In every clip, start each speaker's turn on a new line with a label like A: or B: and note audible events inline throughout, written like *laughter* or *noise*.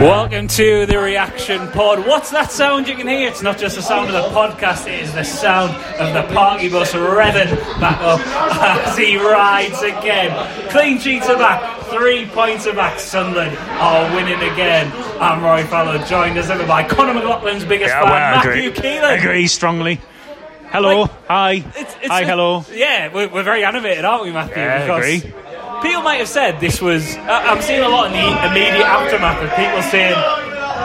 A: Welcome to the Reaction Pod. What's that sound you can hear? It's not just the sound of the podcast, it is the sound of the party bus revving back up *laughs* as he rides again. Clean sheets are back, three points are back. Sunderland are winning again. I'm Roy Fowler, joined as ever by Conor McLaughlin's biggest
B: Yeah, well, I
A: fan,
B: agree.
A: Matthew
B: I
A: Keelan.
B: agree strongly. Hello,
A: Like,
B: hi,
A: It's- it's-
B: hi, hello.
A: Yeah, we're, we're very animated, aren't we, Matthew?
B: Yeah, I
A: Because
B: agree.
A: People might have said this was. I- I'm seeing a lot in the immediate aftermath of people saying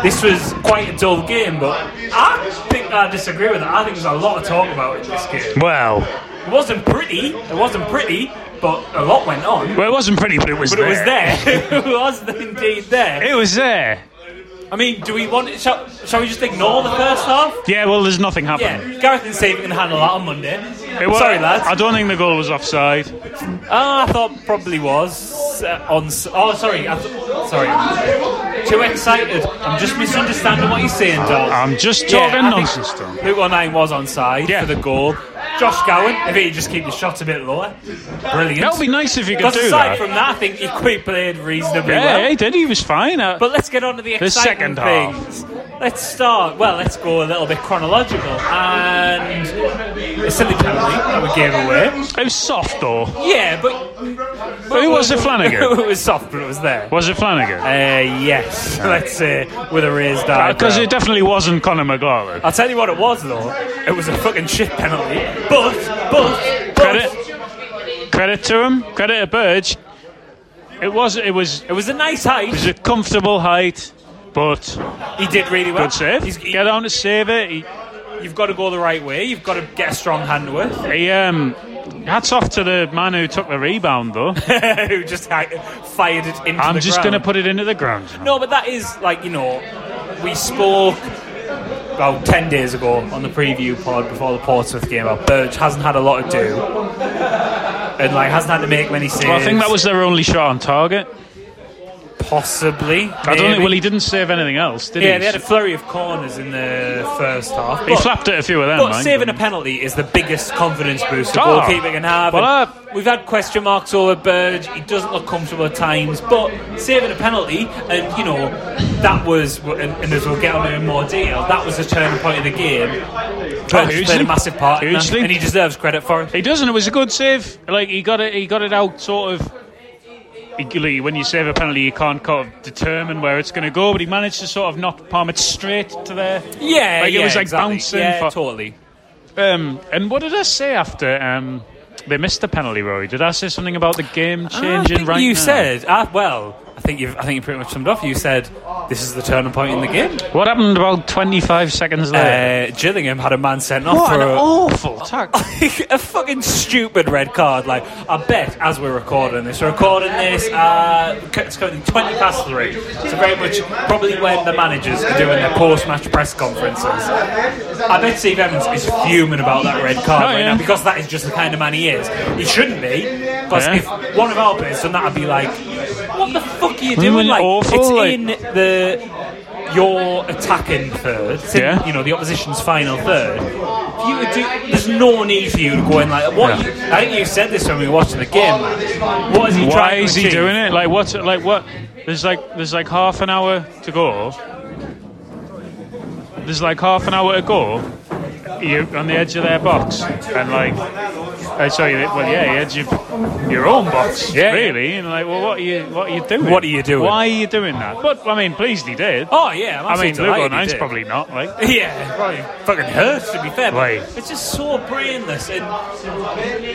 A: this was quite a dull game, but I think I disagree with that. I think there's a lot of talk about in this game.
B: Well,
A: It wasn't pretty. It wasn't pretty, but a lot went on.
B: well, it wasn't pretty, but it was.
A: But it
B: there.
A: was there. *laughs* it was indeed there.
B: It was there.
A: I mean, do we want? Shall, shall we just ignore the first half?
B: Yeah. Well, there's nothing
A: Yeah,
B: happening.
A: Gareth and Steve can handle that on Monday.
B: It wa-
A: Sorry, lads.
B: I don't think the goal was offside.
A: Uh, I thought probably was uh, on. s- Oh, sorry, I th- sorry. Too excited. I'm just misunderstanding what you're saying, Dol.
B: I'm just talking
A: I think
B: nonsense, Dol.
A: Luke 109 was onside
B: Yeah.
A: for the goal. Josh Gowan, if he just keep his shots a bit lower, brilliant.
B: That would be nice if you
A: Because
B: could do
A: aside
B: that.
A: from that, I think he quite played reasonably
B: yeah,
A: well.
B: he did. He was fine. Uh,
A: But let's get on to the
B: The
A: exciting
B: second half.
A: things. Let's start. Well, let's go a little bit chronological. And a silly penalty that we gave away.
B: it was soft, though.
A: Yeah, but
B: Who was it, Flanagan?
A: *laughs* it was soft, but it was there.
B: Was it Flanagan?
A: Uh, yes, let's say with a raised eye.
B: Because it definitely wasn't Conor McLaughlin.
A: I'll tell you what it was though. It was a fucking shit penalty. But but but
B: Credit, credit to him. Credit to Burge. It was. It was. It
A: it was a nice height.
B: was a comfortable height, but
A: He did really well.
B: good save.
A: He's- he-
B: Get down to save it. He,
A: you've got to go the right way. You've got to get a strong hand to it.
B: He, um, hats off to the man who took the rebound,
A: *laughs* *laughs*
B: though.
A: Who just like, fired it into
B: I'm
A: the
B: just
A: ground.
B: going to put it into the ground.
A: No, but that is like you know, we spoke about ten days ago on the preview pod before the Portsmouth game. About Birch hasn't had a lot to do, and like hasn't had to make many saves.
B: Well, I think that was their only shot on target.
A: possibly.
B: I don't
A: maybe.
B: think. Well, he didn't save anything else, did he?
A: Yeah, they had a flurry of corners in the first half.
B: he
A: but-
B: flapped at a few of them.
A: But
B: mind.
A: saving a penalty is the biggest confidence boost a
B: Oh.
A: goalkeeper can have.
B: Well,
A: And
B: uh,
A: we've had question marks over Burge. He doesn't look comfortable at times, but saving a penalty, and you know, that was, and, and as we'll get on in more detail, that was the turning point of the game. Burge played
B: Oh, hugely.
A: a massive part, in that,
B: Hugely.
A: and he deserves credit for it.
B: He doesn't. It was a good save. Like he got it. He got it out sort of. eagerly. When you save a penalty, you can't kind of determine where it's going to go. But he managed to sort of not palm it straight to there.
A: Yeah,
B: Like, it
A: yeah,
B: was, like,
A: exactly.
B: bouncing
A: Yeah,
B: for-
A: totally.
B: Um, and what did I say after? Um, they missed the penalty, Roy. Did I say something about the game
A: Ah, I
B: changing?
A: think
B: right
A: you
B: now?
A: said ah, well. I think you have I think you pretty much summed off. You said this is the turning point in the game.
B: What happened about 25 seconds later?
A: Uh, Gillingham had a man sent off
B: what
A: for
B: an
A: a, *laughs*
B: awful tackle.
A: a fucking stupid red card. Like, I bet as we're recording this, we're recording this, uh, c- it's currently 20 past three. So, very much probably when the managers are doing their post match press conferences. I bet Steve Evans is fuming about that red card
B: Oh,
A: right
B: yeah.
A: now because that is just the kind of man he is. He shouldn't be, because
B: Yeah.
A: if one of our players done that, I'd be like, what the fuck are you
B: Wasn't
A: doing?
B: it
A: Like,
B: awful?
A: it's
B: Like-
A: in the. Your attacking third, It's in,
B: Yeah.
A: you know the opposition's final third. If you would do, there's no need for you to go in like what.
B: Yeah.
A: you- I think you said this when we were watching the game. What is he
B: Why
A: trying to
B: is he
A: achieve?
B: doing it? Like what's Like what? There's like there's like half an hour to go. There's like half an hour to go. You on the edge of their box, and like I saw you. Well, yeah, you had your, your own box,
A: Yeah, yeah.
B: really. And like, well, what are you, what are you doing?
A: What are you doing?
B: Why are you doing that? But I mean, pleased he did.
A: Oh yeah, I'm
B: I mean,
A: absolutely
B: Lugo
A: delighted he
B: Nine's
A: did.
B: probably not. Like,
A: *laughs* Yeah, probably fucking hurts to be fair. But
B: Right.
A: It's just so brainless, and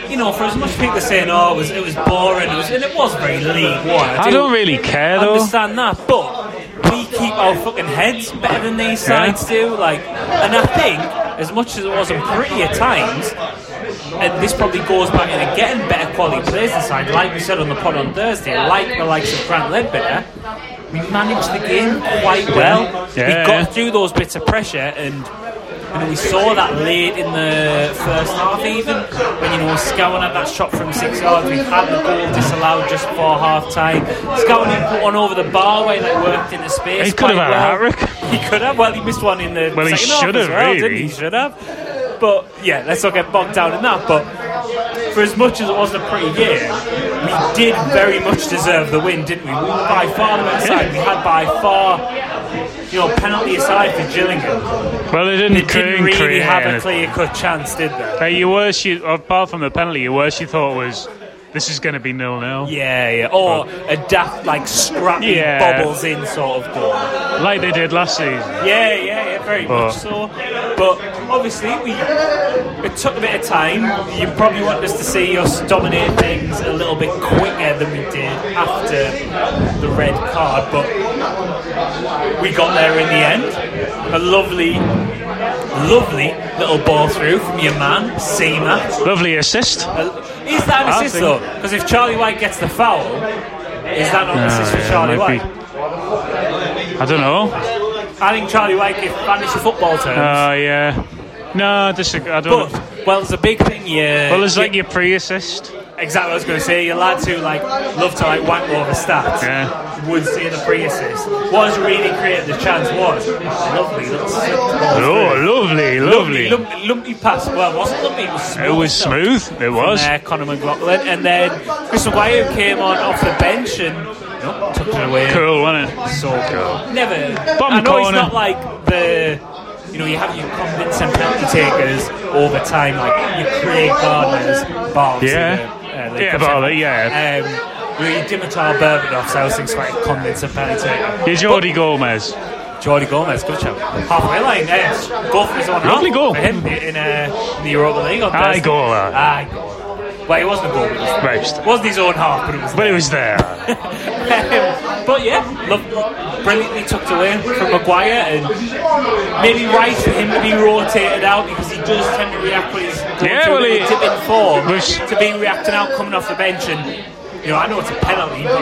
A: you know, for as much people saying, "Oh, it was, it was boring," it was, and it was very League One.
B: I don't really care though.
A: understand that, but we keep our fucking heads better than these sides do. Like, and I think as much as it wasn't pretty at times, and this probably goes back into getting better quality players inside, like we said on the pod on Thursday, like the likes of Grant Ledbetter. We managed the game quite well.
B: Yeah,
A: we got
B: yeah.
A: through those bits of pressure, and you know, we saw that late in the first half, even when you know Scowen had that shot from six yards. We had the goal disallowed just before half time. Scowen had put one over the bar way that worked in the space.
B: He could have
A: quite
B: had a
A: well.
B: hat-trick.
A: *laughs* He could have. Well, he missed one in the
B: Well, he
A: second half
B: should
A: as
B: have,
A: well, didn't
B: really.
A: he? He should have. But yeah, let's not get bogged down in that. But for as much as it wasn't a pretty year, we did very much deserve the win, didn't we? We were by far the better side. We had by far, you know, penalty aside for Gillingham.
B: well, they didn't,
A: They didn't really
B: create
A: have a
B: anything.
A: clear cut chance, did they?
B: Hey, your worst, you, apart from the penalty, your worst you thought was this is going to be nil nil.
A: Yeah, yeah. Or a daft, like, scrappy
B: Yeah.
A: bobbles in sort of goal.
B: Like they did last season.
A: Yeah, yeah, yeah, very much
B: But-
A: so. But obviously, we it took a bit of time. You probably want us to see us dominate things a little bit quicker than we did after the red card, but we got there in the end. A lovely, lovely little ball through from your man, Seema. Uh,
B: Lovely assist.
A: Is that an
B: I
A: assist
B: think-
A: though? Because if Charlie White gets the foul, is that not an assist for
B: yeah,
A: Charlie
B: might
A: White?
B: be. I don't know.
A: I think Charlie White, if Spanish football terms,
B: Oh, yeah. No, I disagree. I don't. know.
A: But well, there's a big thing. Yeah.
B: Well, there's like your pre assist.
A: exactly what I was going to say. Your lads who like love to like wank over stats
B: Yeah.
A: would see the free assist. What has really created the chance was lovely little slip ball through.
B: Oh, lovely, lovely.
A: lumpy, lumpy pass. Well, it wasn't lumpy. It was smooth.
B: It was
A: stuff.
B: smooth. It
A: From
B: was.
A: there, Conor McLaughlin, and then Chris Maguire who came on off the bench and nope, took it away.
B: Cool, wasn't it?
A: So never.
B: Bottom
A: I know he's
B: corner.
A: not like the. You know, you have your convincing penalty takers over time, like your Craig Gardner's Barnes.
B: Yeah.
A: and, uh,
B: Yeah, Barley, yeah.
A: Um, your Dimitar Berbatov's, I was thinking, like a convincing penalty taker.
B: Here's Jordi Gomez.
A: Jordi Gomez, good job. Halfway line, yes. Goal for his own
B: Lovely
A: half
B: goal.
A: For him in, uh, in the Europa League. on
B: Aye,
A: Thursday.
B: goal, that.
A: Aye, goal. Well, it wasn't a goal, but it was,
B: Right.
A: it wasn't his own half, but it was
B: But it was there.
A: um, *laughs* but yeah, love, brilliantly tucked away from Maguire, and maybe right for him to be rotated out because he does tend to react when he's going
B: Yeah,
A: through
B: well,
A: a
B: he-
A: little dip in form
B: Which-
A: to be reacting out coming off the bench and. You know, I know it's a penalty, but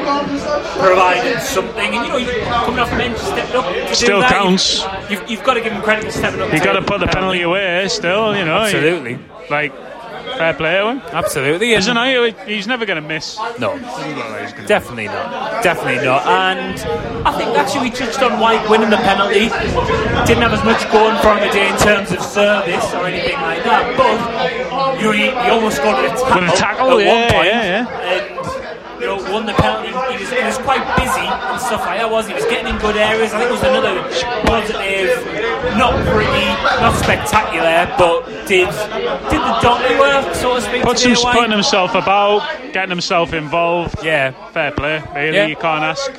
A: provided something, and you know, you- coming off the bench, stepped up. to do
B: Still
A: that,
B: counts.
A: You've, you've, you've got to give him credit for stepping up.
B: you
A: to
B: got to
A: it.
B: put the penalty away still, you know.
A: Absolutely.
B: Like, fair play to him.
A: Absolutely,
B: Isn't he? He's never going to miss.
A: No, definitely not. Definitely not. And I think actually we touched on White winning the penalty. Didn't have as much going for him today in terms of service or anything like that. But you, he almost scored a tackle,
B: With a tackle,
A: at
B: yeah,
A: one point.
B: yeah, yeah.
A: And, you know, won the penalty. He was, he was quite busy and stuff like that. Was he? he was getting in good areas. I think it was another positive, not pretty, not spectacular, but did did the donkey work, so to speak.
B: Puts him,
A: today, White.
B: putting himself about, getting himself involved.
A: Yeah.
B: Fair play, really.
A: Yeah.
B: You can't ask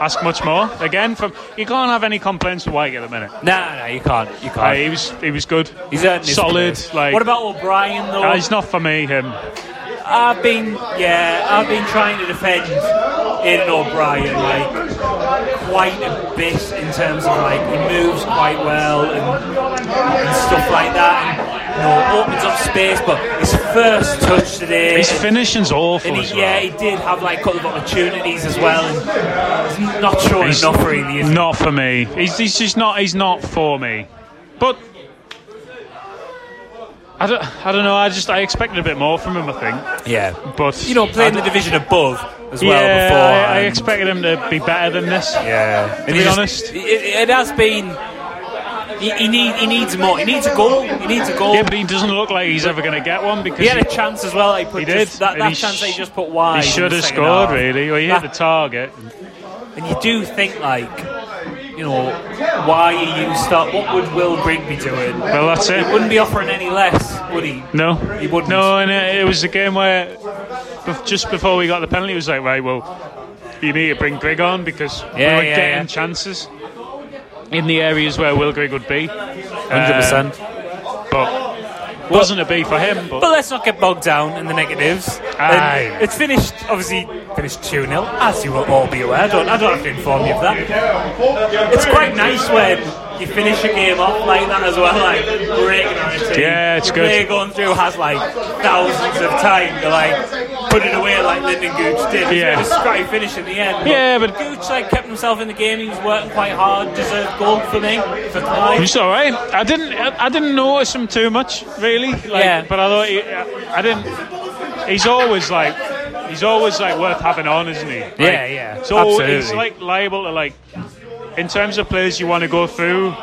B: ask much more. Again, from you can't have any complaints with White at the minute.
A: No, no, you can't. You can't.
B: Uh, he was he was good.
A: He's earned his
B: solid.
A: place.
B: Like
A: what about O'Brien though?
B: Uh, he's not for me. Him.
A: I've been yeah, I've been trying to defend Aidan O'Brien like quite a bit in terms of like he moves quite well and, and stuff like that. And, you know, opens up space, but his first touch today.
B: His finishing's awful.
A: and
B: as
A: he,
B: well.
A: yeah, he did have like a couple of opportunities as well. And he's not showing
B: He's
A: enough really. Is he?
B: not for me. He's, he's just not. He's not for me. But I don't. I don't know. I just I expected a bit more from him. I think.
A: Yeah,
B: But
A: you know, playing
B: I
A: the
B: d-
A: division above as well
B: yeah,
A: before.
B: I, I
A: and-
B: expected him to be better than this.
A: Yeah.
B: To be honest.
A: it, it has been. He, he, need, he needs more. He needs a goal. He needs a goal.
B: Yeah, but he doesn't look like he's ever going to get one because
A: he had a chance as well. That he put
B: he
A: just-
B: did.
A: that,
B: and
A: that
B: he
A: chance that he
B: sh-
A: just put wide.
B: He
A: in
B: should
A: the
B: have
A: second
B: scored,
A: half.
B: really. Well, he hit
A: That-
B: the target.
A: And you do think like, you know, why are you start? What would Will Brigg be doing?
B: Well, that's
A: He
B: it.
A: wouldn't be offering any less. would he?
B: No,
A: He wouldn't.
B: No, and uh, it, it was a game where bef- just before we got the penalty, it was like, right, well, you need to bring Greg on because we
A: Yeah,
B: were
A: yeah,
B: getting
A: yeah.
B: chances in the areas where Will Greg would be. Um,
A: Hundred percent.
B: But wasn't a B for him. But,
A: But let's not get bogged down in the negatives.
B: Aye.
A: And It's finished, obviously, finished 2 0, as you will all be aware. I don't, I don't have to inform you of that. It's quite nice when you finish a game off like that as well, like breaking on a team.
B: Yeah, it's good.
A: They're going through has like thousands of time to like put it away like Lyndon Gooch did. It's
B: Yeah.
A: a scrappy finish in the end.
B: Yeah, but-
A: Gooch like kept himself in the game. He was working quite hard. Deserved gold for me. For Clyde.
B: it's all right. I didn't. I, I didn't notice him too much, really. Like,
A: Yeah.
B: But I thought he, I, I didn't. He's always like. He's always like worth having on, isn't he? Like,
A: Yeah, yeah,
B: So he's
A: absolutely.
B: like liable to like. In terms of players you want to go through,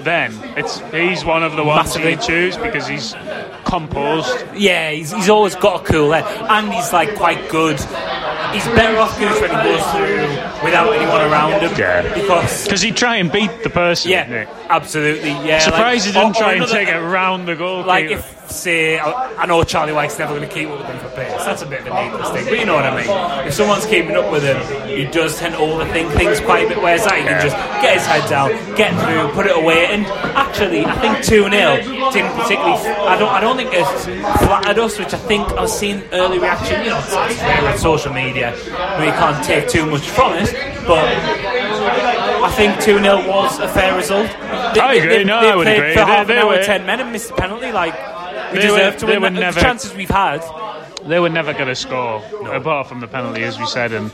B: then it's he's one of the ones
A: Massively.
B: you choose because he's composed.
A: Yeah, he's, he's always got a cool head, and he's like quite good. He's better off Goose when he goes through without anyone around him.
B: Yeah.
A: Because
B: Because he'd try and beat the person.
A: yeah,
B: Nick.
A: absolutely. Yeah.
B: Surprised he didn't
A: or- or
B: try
A: another-
B: and take it round the goal.
A: Like if say I I know Charlie White's never going to keep up with him for pace. That's a bit of a needless thing, but you know what I mean. If someone's keeping up with him, he does tend to overthink things quite a bit. Whereas that he can just get his head down, get through, put it away. And actually, I think two 0 didn't particularly. I don't. I don't think it flattered us, which I think I've seen early reaction. You know, it's, it's rare on social media where you can't take too much from it, but. I think 2 0 was a fair result. They,
B: I agree, no, I would
A: played
B: agree.
A: For
B: They-
A: half
B: they
A: an hour,
B: were-
A: 10 men and missed a penalty. Like, we
B: They
A: deserve
B: were-
A: to
B: they
A: win
B: were
A: that. The
B: never-
A: chances we've had.
B: They were never going to score, apart from the penalty, as we said. And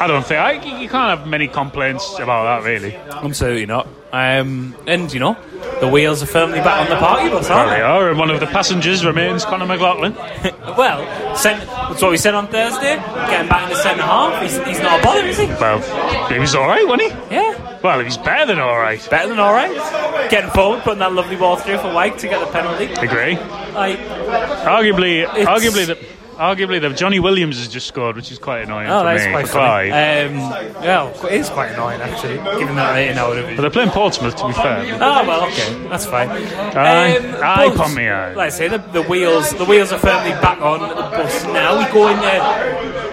B: I don't think I, you can't have many complaints about that, really.
A: Absolutely not. Um, and, you know, the wheels are firmly back on the party bus, aren't
B: There they are, and one of the passengers remains Conor McLaughlin.
A: *laughs* Well, centre- that's what we said on Thursday. Getting back in the centre half. He's, he's not a bother, is he?
B: Well, he was all right, wasn't he?
A: Yeah.
B: Well, he was better than all right.
A: Better than alright. Getting forward, putting that lovely ball through for White to get the penalty.
B: Agree.
A: Like,
B: Arguably,
A: It's-
B: arguably the. Arguably, the Johnny Williams has just scored, which is quite annoying
A: oh,
B: for
A: that's
B: me.
A: quite
B: for
A: funny.
B: Clyve.
A: Um, well, it is quite annoying, actually, given that rating out of it.
B: but they're playing Portsmouth, to be fair.
A: Oh well, okay, that's fine. Um,
B: Aye. Aye,
A: but,
B: Pommy, aye.
A: Like I say, the, the wheels the wheels are firmly back on the bus now. We go in there.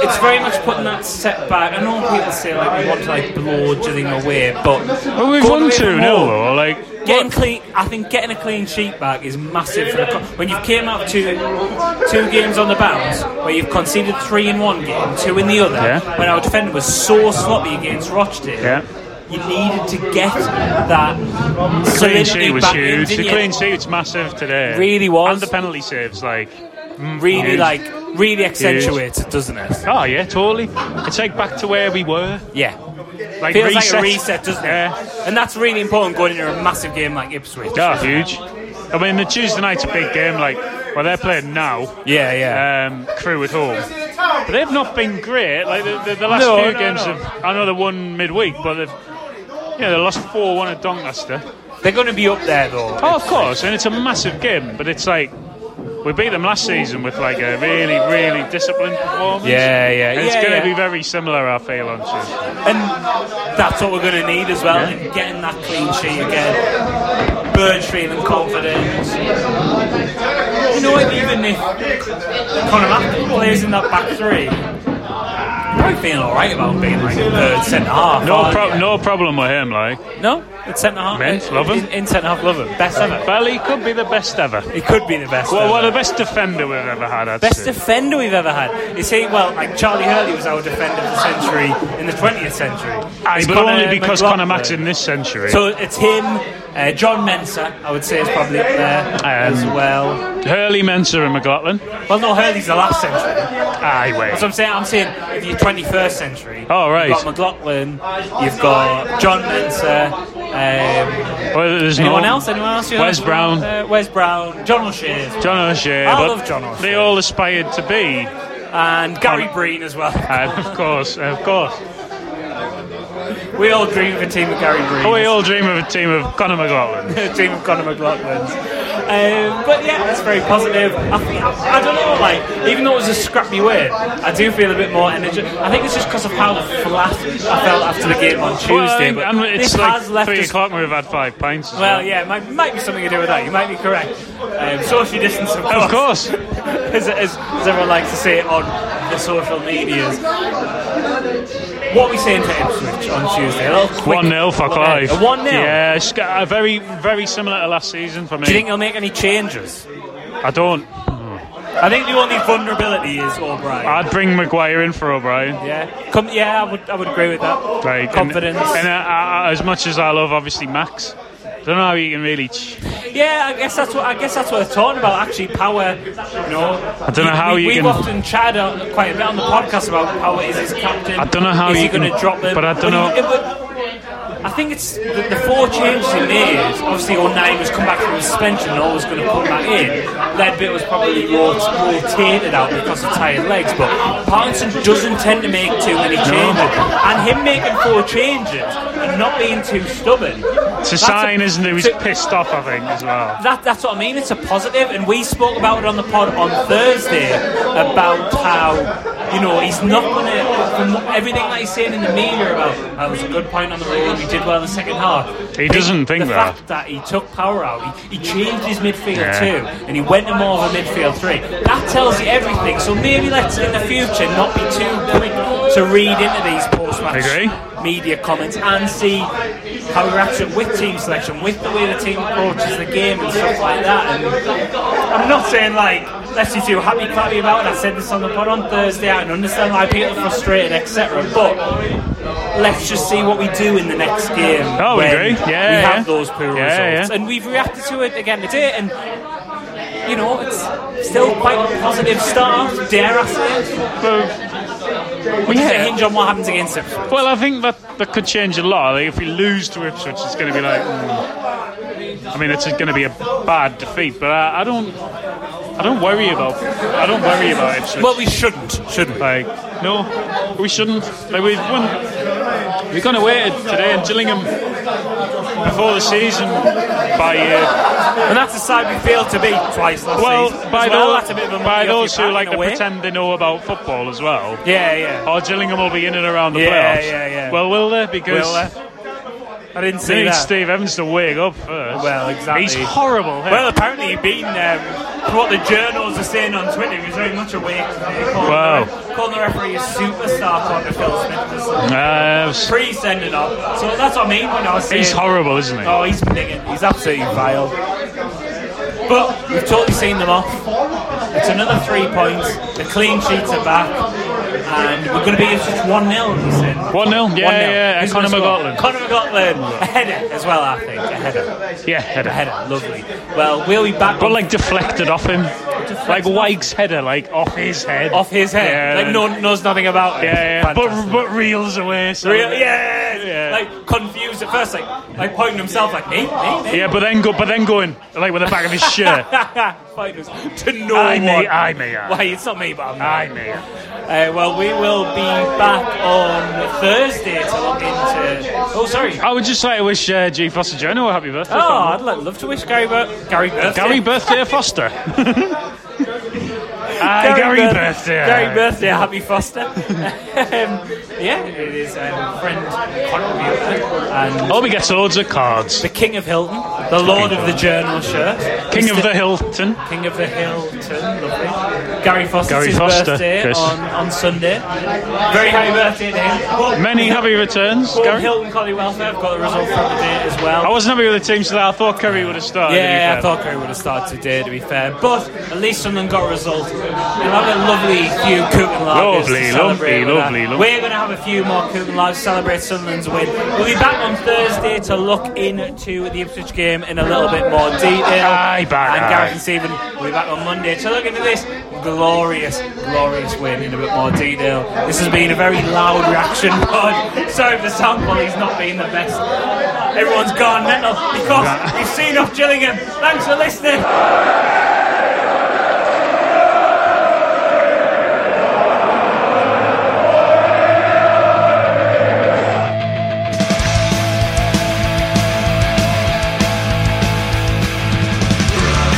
A: It's very much putting that set back. I know people say like we want to like blow everything away, but
B: Well, we've
A: going
B: won
A: away
B: 2
A: from
B: 0,
A: home-
B: though. Like,
A: Getting clean, I think getting a clean sheet back is massive for the club. When you've came out two two games on the bounce, where you've conceded three in one game, two in the other,
B: Yeah.
A: when our defender was so sloppy against Rochdale,
B: Yeah.
A: you needed to get that
B: clean
A: solidity
B: sheet was
A: back in,
B: huge.
A: didn't
B: The
A: you?
B: clean sheet's massive today.
A: Really was.
B: And the penalty saves, like.
A: really
B: huge.
A: like really accentuates it, doesn't it?
B: Oh yeah, totally. It's like back to where we were.
A: Yeah.
B: Like
A: Feels
B: reset.
A: like a reset, doesn't it?
B: Yeah.
A: And that's really important going into a massive game like Ipswich.
B: Yeah, huge. I mean, the Tuesday night's a big game. Like, well, they're playing now.
A: Yeah, yeah.
B: Um, crew at home. But they've not been great. Like the, the, the last
A: No,
B: few
A: no,
B: games,
A: no.
B: Have, I know they won midweek, but they've yeah they lost four one at Doncaster.
A: They're going to be up there though.
B: Oh, of course, and it's a massive game. But it's like we beat them last season with like a really really disciplined performance.
A: Yeah, yeah,
B: And it's
A: yeah,
B: going to
A: yeah.
B: be very similar. I feel on Tuesday.
A: And that's what we're going to need as well. And getting that clean sheet again. Bird feeling confident. You know what? Even if Conor Mack plays in that back three, you're probably feeling all right about being like third centre half.
B: No,
A: aren't
B: pro-
A: you?
B: no problem with him. Like.
A: no, it's centre half.
B: Men, love 'em.
A: In, in centre half, love him. Best ever.
B: Well, he could be the best ever.
A: It could be the best.
B: Well,
A: ever.
B: well, the best defender we've ever had. I'd
A: Best
B: say.
A: defender we've ever had. You see, well, like Charlie Hurley was our defender of the century in the 20th century.
B: Aye,
A: It's
B: Ah, but
A: Conor
B: only because
A: McLaughlin.
B: Conor Mack's in this century.
A: So it's him, uh, John Mensah, I would say, is probably up there uh, as well.
B: Hurley, Mensah, and McLaughlin.
A: Well, no, Hurley's the last century. That's
B: Aye, wait.
A: what I'm saying. I'm saying if you're 21st century,
B: Oh, right.
A: you've got McLaughlin, you've got John Mensah, um,
B: Well, there's
A: anyone
B: no-
A: else? Anyone else? you
B: Wes
A: like?
B: Brown.
A: Uh, Wes Brown, John O'Shea,
B: John O'Shea.
A: I
B: but
A: love John O'Shea.
B: They all aspired to be,
A: and Gary Breen as well.
B: uh, of course, of
A: *laughs*
B: course.
A: We
B: Oh,
A: all dream of a team of Gary Breen. *laughs*
B: But we all dream of a team of Conor McLaughlin.
A: a team of Conor McLaughlins. Um, but yeah, it's very positive. I, think- I don't know, like, even though it was a scrappy win, I do feel a bit more energy. I think it's just because of how flat I felt after the game on Tuesday.
B: Well, I think-
A: but
B: and it's
A: this
B: like
A: has left
B: three
A: us
B: o'clock. and We've had five pints. as
A: well, yeah, it might, might be something to do with that. You might be correct. Um, social distance, of course.
B: Of course.
A: *laughs* as, as, as everyone likes to say on the social medias. What are we saying to Ipswich on Tuesday? A little quick-
B: 1 0 for Clive.
A: 1 0.
B: Yeah, it's got- uh, very, very similar to last season for me.
A: Do you think he'll make any changes?
B: I don't.
A: I think the only vulnerability is O'Brien.
B: I'd bring Maguire in for O'Brien.
A: yeah, Come, yeah, I would, I would agree with that.
B: Like, and-
A: Confidence.
B: And, uh, uh, as much as I love, obviously, Max, I don't know how you can really. Ch-
A: Yeah, I guess that's what I guess that's what they're talking about. Actually, power. You know,
B: I don't know how
A: we,
B: you
A: we've
B: can-
A: often chatted on- quite a bit on the podcast about power is his captain.
B: I don't know how
A: is he
B: you can-
A: going to drop them?
B: but I don't
A: he- it would- I think it's the, the four changes he made. Obviously, O'Neill was come back from suspension and always going to come back in. Ledbit was probably rot- rotated out because of tired legs, but Parkinson doesn't tend to make too many changes. And him making four changes and not being too stubborn.
B: it's
A: that's
B: a sign, isn't it? He was
A: to-
B: pissed off, I think, as well.
A: that, that's what I mean. It's a positive, and we spoke about it on the pod on Thursday about how you know he's not going to from everything that he's saying in the media about that was a good point on the road. We did well in the second half.
B: He doesn't think
A: the
B: that.
A: fact that he took power out, he, he changed his midfield
B: Yeah.
A: too, and he went to more of a midfield three. That tells you everything. So maybe let's in the future not be too quick to read into these post-match
B: Agree.
A: media comments and see how he reacts with team selection, with the way the team approaches the game and stuff like that. And I'm not saying like let's be too happy clappy about it. I said this on the pod on Thursday. I can understand why people are frustrated, etc. But let's just see what we do in the next game.
B: Oh, we
A: when
B: agree.
A: We
B: Yeah,
A: have
B: yeah.
A: those poor
B: Yeah,
A: results,
B: yeah.
A: and we've reacted to it again today. And you know, it's still quite a positive start. Dare I say? it. Which is a hinge on what happens against it.
B: Well, I think that that could change a lot. Like, if we lose to Ipswich, it's going to be like. mm. I mean, it's going to be a bad defeat, but I, I don't. I don't worry about. I don't worry about Ipswich.
A: Well, we shouldn't, should we?
B: Like, no, we shouldn't. Like, we've won. We're going to wait today in Gillingham before the season by. Uh,
A: And that's a side we failed to beat twice last
B: well,
A: season.
B: by,
A: As well, that's
B: those,
A: a bit of a
B: by
A: monkey off
B: those
A: your
B: who
A: back
B: like
A: in a
B: to
A: way.
B: pretend they know about football as well.
A: Yeah, yeah.
B: Or Gillingham will be in and around the
A: Yeah,
B: playoffs.
A: yeah, yeah.
B: Well, will they? Because
A: Will they? I didn't
B: they
A: see
B: need
A: that.
B: Steve Evans to wake up first.
A: Well, exactly.
B: He's horrible. hey?
A: Well, apparently he'd been, um, from what the journals are saying on Twitter, he was very much awake today. Calling
B: Wow.
A: The, calling the referee a superstar, talking to Phil Smith.
B: Uh,
A: Pre sending up. So that's what I mean when I was saying.
B: he's horrible, isn't he?
A: Oh, he's brilliant. He's absolutely vile. But we've totally seen them off. It's another three points. The clean sheets are back. And we're going to be in just 1 0, you said.
B: 1-0? Yeah,
A: 1-0.
B: yeah,
A: Who's
B: and
A: gonna
B: Conor
A: score?
B: McLaughlin.
A: Conor McLaughlin. A header as well, I think. A header.
B: Yeah,
A: A
B: header.
A: header. Lovely. Well, we'll be back
B: But
A: on-
B: like deflected off him, like Wake's header, like off his head,
A: off his head.
B: Yeah,
A: like, no one knows nothing about it.
B: yeah, yeah. But
A: Fantastic.
B: but reels away. So
A: Real, yeah,
B: Yeah.
A: Like confused at first, like like pointing himself, like me, me, me.
B: Yeah, but then go, but then going like with the back of his
A: *laughs*
B: shirt.
A: Fighters to no
B: I
A: one.
B: may, I may, I.
A: Why it's not me, but I'm
B: I may.
A: Uh, well, we will be back on Thursday to look into. Oh, sorry.
B: I would just like to wish uh, G Foster Jono a happy birthday.
A: Oh,
B: Colin.
A: I'd lo- love to wish Gary Bur- Gary Birthday.
B: Gary
A: *laughs*
B: Birthday Foster. Aye,
A: Gary, Birth-
B: Gary Birthday.
A: Gary Birthday, happy Foster. *laughs* um, yeah, it is um, friend contributor and
B: Oh, we get loads of cards.
A: the King of Hilton, the Lord of the Journal shirt,
B: King of
A: Mr.
B: the Hilton.
A: King of the Hilton, lovely. Gary Foster's
B: Gary
A: his
B: Foster,
A: birthday
B: Chris.
A: on, on Sunday. Very happy birthday to him.
B: Many happy returns,
A: Paul
B: Gary.
A: Hilton Collie Welfare have got the result from the day as well.
B: I wasn't happy with the team today. I thought Curry would have started. to be
A: yeah, I
B: fair.
A: thought Curry would have started today, to be fair. But at least Sunderland got a result. We'll have a lovely few Coogan Lagers
B: Lovely,
A: to celebrate
B: lovely,
A: with
B: lovely,
A: that.
B: lovely.
A: We're going to have a few more Coogan Lagers to celebrate Sunderland's win. We'll be back on Thursday to look into the Ipswich game in a little bit more detail.
B: Aye, bye,
A: And
B: aye.
A: Gareth and Stephen will be back on Monday to look into this glorious, glorious win in a bit more detail. This has been a very loud reaction *laughs* pod. Sorry if the sound quality's not been the best. Everyone's gone mental because we've seen off Gillingham. Thanks for listening.
C: Run,